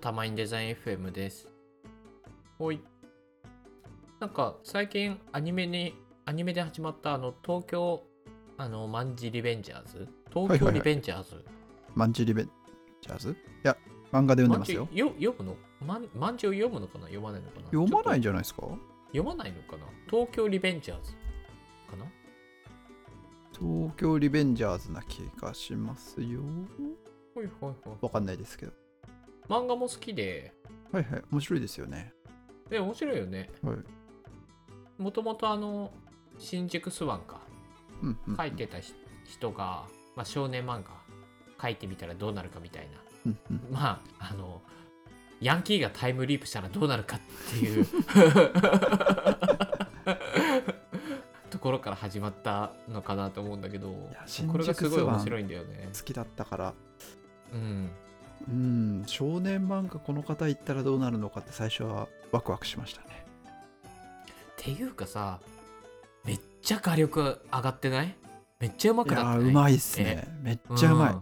たまにデザイン FM です。ほい。なんか最近アニメにアニメで始まったあの東京あのマンジリベンジャーズ東京リベンジャーズ、マンジュリベンジャーズいや、漫画で読んでますよマン。ジよ読むのマンマンジを読むのかな読まないのかな読まないんちょっじゃないですかと読まないのかな東京リベンジャーズかな東京リベンジャーズな気がしますよ。ほいほいほい。わかんないですけど。漫画も好きで、はいはい、面白いですよね。で、面白いよね。はい。もともとあの、新宿スワンか。うん、うんうん。書いてたし人が、まあ、少年漫画書いてみたらどうなるかみたいなうんうん。まああのヤンキーがタイムリープしたらどうなるかって いうところから始まったのかなと思うんだけどや新これがすごい宿スワン面白いんだよね。好きだったから、うん、うん、少年漫画この方行ったらどうなるのかって最初はワクワクしましたね。っていうかさめっちゃ画力上がってないめっちゃうまいくやなってーないうまいっすね。めっちゃうまい。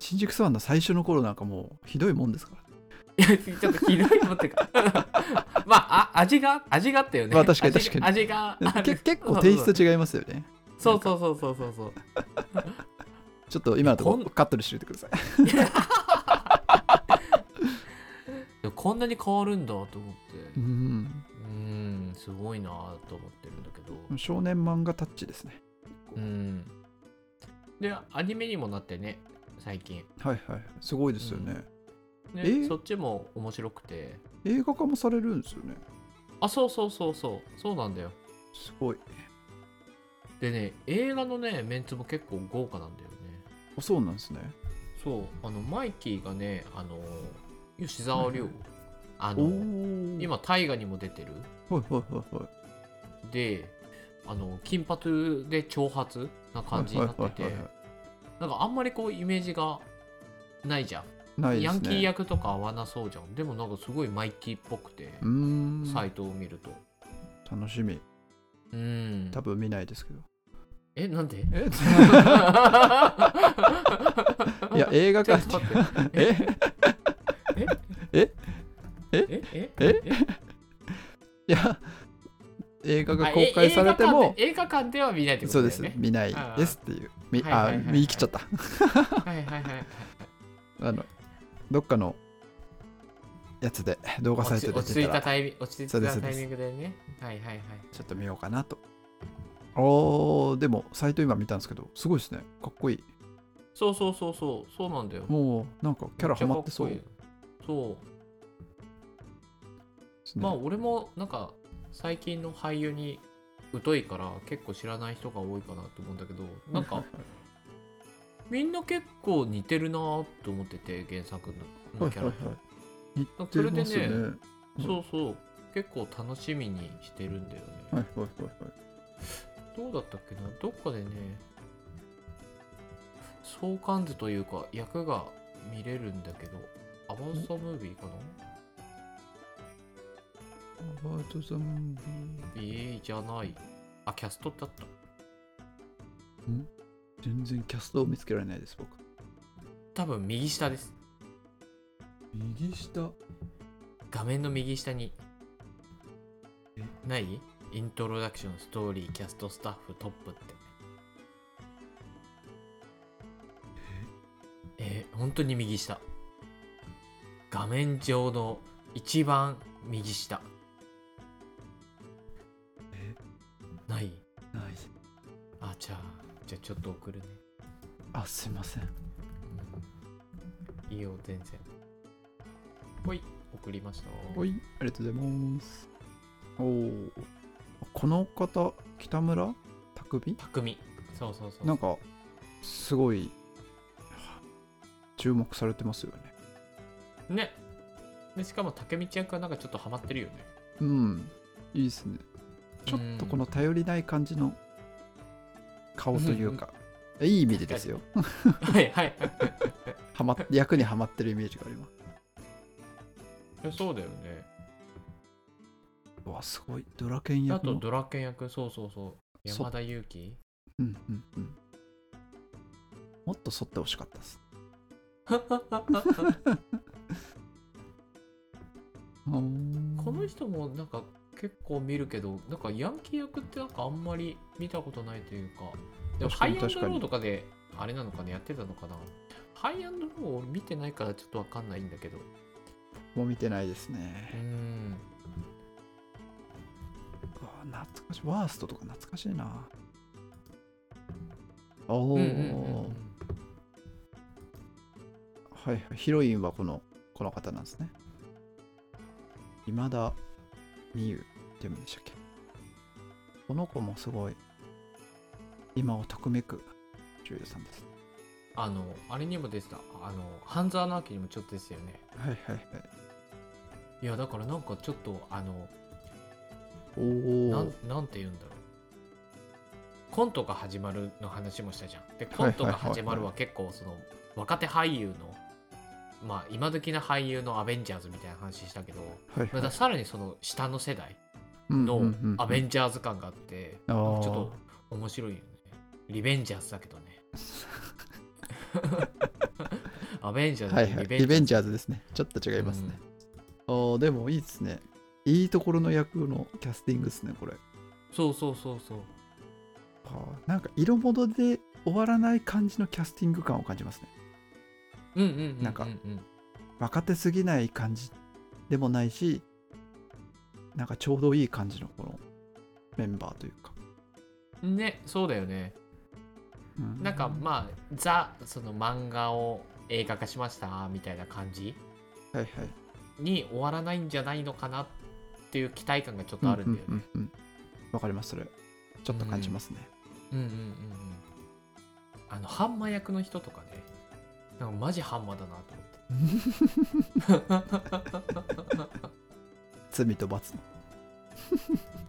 新宿スワンの最初の頃なんかもうひどいもんですから。いや、ちょっとひどいのってか。 まああ、味が、味があったよね。まあ確かに確かに。味が。 あける結構テイスト違いますよね。 そうそうそうそうそうそう。ちょっと今のとここんカットにしておいてください。でもこんなに変わるんだと思って。うう。んーん、すごいなと思ってるんだけど。少年漫画タッチですね。うん。で、アニメにもなってね、最近。はいはい。すごいですよね。ねえそっちも面白くて。映画化もされるんですよね。あ、そうそうそうそう。そうなんだよ。すごい。でね、映画のね、メンツも結構豪華なんだよね。あそうなんですね。そう、あの、マイキーがね、あの、吉沢亮。はいあおおの、。今大河にも出てるはいはいはいはい。であの金髪で長髪な感じになっててはいはいはいはなんかあんまりこうイメージがないじゃん、いないでヤすね。ンキー役とか合わなそうじゃんでもなんかすごいマイキーっぽくて、うーん。サイトを見ると楽しみ。うん多分見ないですけど。えなんで えいいや、映画ちょ化っと待ってえ えええいや、映画があ公え開されても、映画館で映画館では見ないってこそうとでだよすね。見ないですっていう。みはいはいあはい、はい見切っちゃった。はいはいはいあの、どっかのやつで、動画サイトで落ち着出いたたタら、ちイミング、落ち着いそうでたすそうタでイすミングでね。はいはいはい。ょっと見ようかなと。おー、でも、サイト今見たんですけど、すごいですね。かっこいい。そうそうそうそう、そうなんだよ。もう、なんかキャラハマってそうめでちゃかっこいいよ。そすう。ね。まあ俺もなんか最近の俳優に疎いから結構知らない人が多いかなと思うんだ けど、なんかみんな結構似てるなと思ってて原作のキャラ。似てますそよね。れではねいそうそう。結構楽しみにしてるんだよいはね。いはいはい。どうだったっけなどっかでね、相関図というか役が見れるんだけど、アバウト・ザ・ムービーかなアバウトザンビええじゃない。あ、キャストだった。ー全然キャストを見つけられないです、僕。多分右下です。右下。画面の右下にえ。ないイントロダクション、ストーリー、キャスト、スタッフ、トップって。えー、本当に右下。画面上の一番右下。えないない。あ、じゃあ、じゃあちょっと送るね。あ、すいません。うんいいよ、全然。ほい、送りました。はい、ありがとうございます。おお。この方、北村匠匠海そうそうそうなんか、すごい、注目されてますよね。ねでしかも竹道役はなんかちょっとハマって るよねうん、いいですね。ちょっとこの頼りない感じの顔というか、いい意味でですよ。はいはい はまっ役にはまってるイメージがあります。そうだよねうわ、すごい。ドラケンあ役との。ドラケン役そうそうそうそう山田裕貴うんうんうん。もっと剃ってほしかったです。この人もなんか結構見るけどなんかヤンキー役ってなんかあんまり見たことないというかでもハ確かにイアンドロ確かにーとかであれなのかなやってたのかなハイアンドローを見てないからちょっとわかんないんだけどもう見てないですうね。んうわ懐かしい。ワーストとか懐かしいな。おうお、んうんうんうんはいはい。ヒロインはこの、この方なんですね。今田美優って読むんでしたっけこの子もすごい、今をとくめく女優さんです。あのあれにも出てたあの半沢直樹にもちょっとですよねはいはいはい。いやだからなんかちょっとあのおなおん、なんて言うんだろうコントが始まるの話もしたじゃんでコントが始まるは結構その若手俳優のまあ今時の俳優のアベンジャーズみたいな話したけどはいまはたい。さらにその下の世代うんうのんうんうんアベンジャーズ感があってあなんーかちょっと面白いよねリベンジャーズだけどね アベンジャはーいズはとい。リベンジャャーズですね。ちょっと違いますね。あーでもいいですね。いいところの役のキャスティングですね、これ。うんそうそうそうそうはあなんか色物で終わらない感じのキャスティング感を感じますね。うんうんうんうんうんなんか若手すぎない感じでもないし、なんかちょうどいい感じのこのメンバーというか。ねそうだよねうなんかまあザその漫画を映画化しましたみたいな感じはいはい。に終わらないんじゃないのかなっていう期待感がちょっとあるんだようねんうんうんうんわかります、それ。ちょっと感じますね。うんうんうんうんあのハンマ役の人とかねなんかマジハンマだなと思って罪と罰の。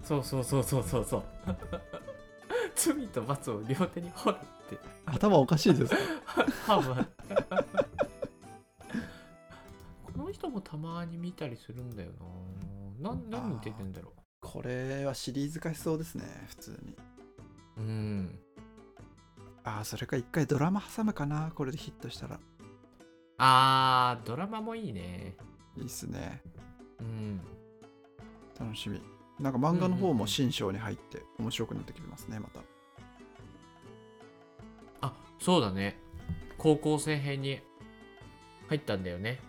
そうそうそうそうそうそう 罪と罰を両手に掘るって頭おかしいですね。ハンマ この人もたまに見たりするんだよなな何に出てんだろうこれはシリーズ化しそうですね、普通に。うんああ、それか一回ドラマ挟むかな、これでヒットしたら。あードラマもいいねいいっすね。うん楽しみなんか漫画のうんう方んうもん新章に入って面白くなってきてますねまたあそうだね高校生編に入ったんだよね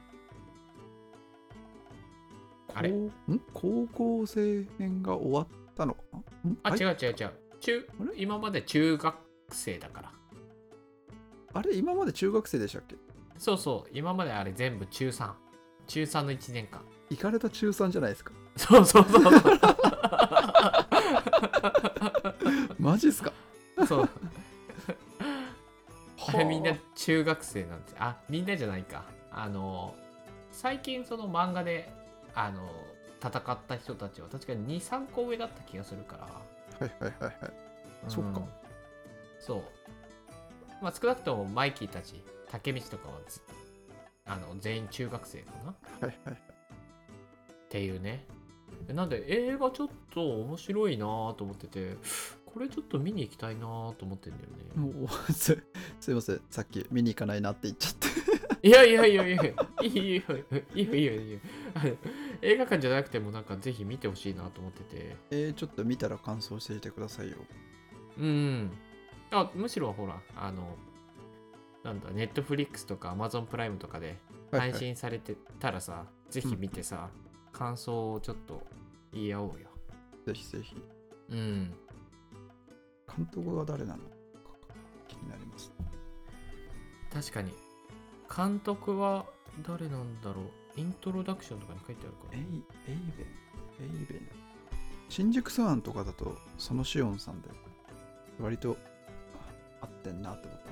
あれこうん高校生編が終わったのかなんあ、違うう違う違う中あれ今まで中学生だからあれ今まで中学生でしたっけそうそう今まであれ全部中3中3の1年間 行かれた中3じゃないですか そうそうそうそうマジっすかそう あれみんなは中学生なんてあみんなじゃないかあの最近その漫画であの戦った人たちは確かに23個上だった気がするからあはいはいはいはいそっかそうまあ少なくともマイキーたち竹道とかはずあの全員中学生かなっはいはいていうねなんで映画ちょっと面白いなと思っててこれちょっと見に行きたいなと思ってんだよねもうすすいませんさっき見に行かないなって言っちゃって いやいやいやいやいやいいよいいよいいよいいよいいよあの映画館じゃなくてもなんかぜひ見てほしいなと思っててえー、ちょっと見たら感想していてくださいようんあむしろほらあのなんだネットフリックスとかアマゾンプライムとかで配信されてたらさ、ぜひ見てさ、感想をちょっと言い合おうよぜひぜひうん監督は誰なのか気になります確かに監督は誰なんだろうイントロダクションとかに書いてあるかエらイエイベンエイベン新宿サワンとかだとそのシオンさんで割とあ合ってんなって思った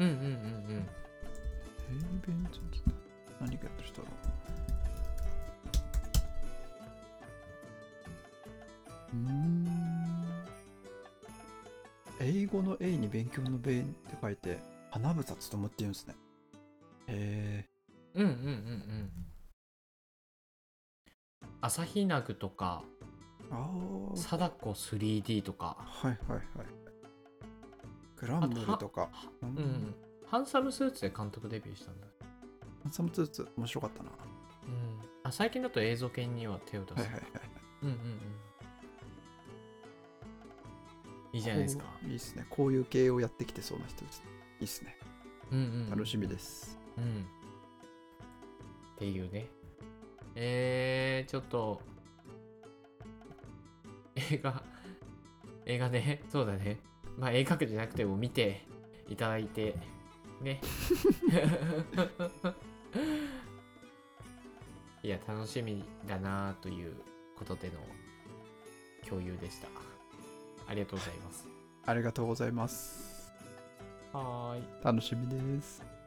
うんうんうんうんエイベンちょっと何かやってる人だろううーん英語の A に勉強の勉って書いて花房勉って言うんですねへうんうんうんうん朝日奈グとかえああ貞子 3D とかはいはいはいグランブルとかはううん、ハンサムスーツで監督デビューしたんだハンサムツーツ面白かったな。うんあ最近だと映像系には手を出はいす、はいはい。うんうんうんいいじゃないですかこういいですね。こういう系をやってきてそうな人です。いいですね。うんうん楽しみです。うん。っていうね。えー、ちょっと、映画、映画ね、そうだね。まあ映画館じゃなくても見ていただいて、ね。 いや、楽しみだなということでの共有でした。ありがとうございます。ありがとうございます。はーい。楽しみです。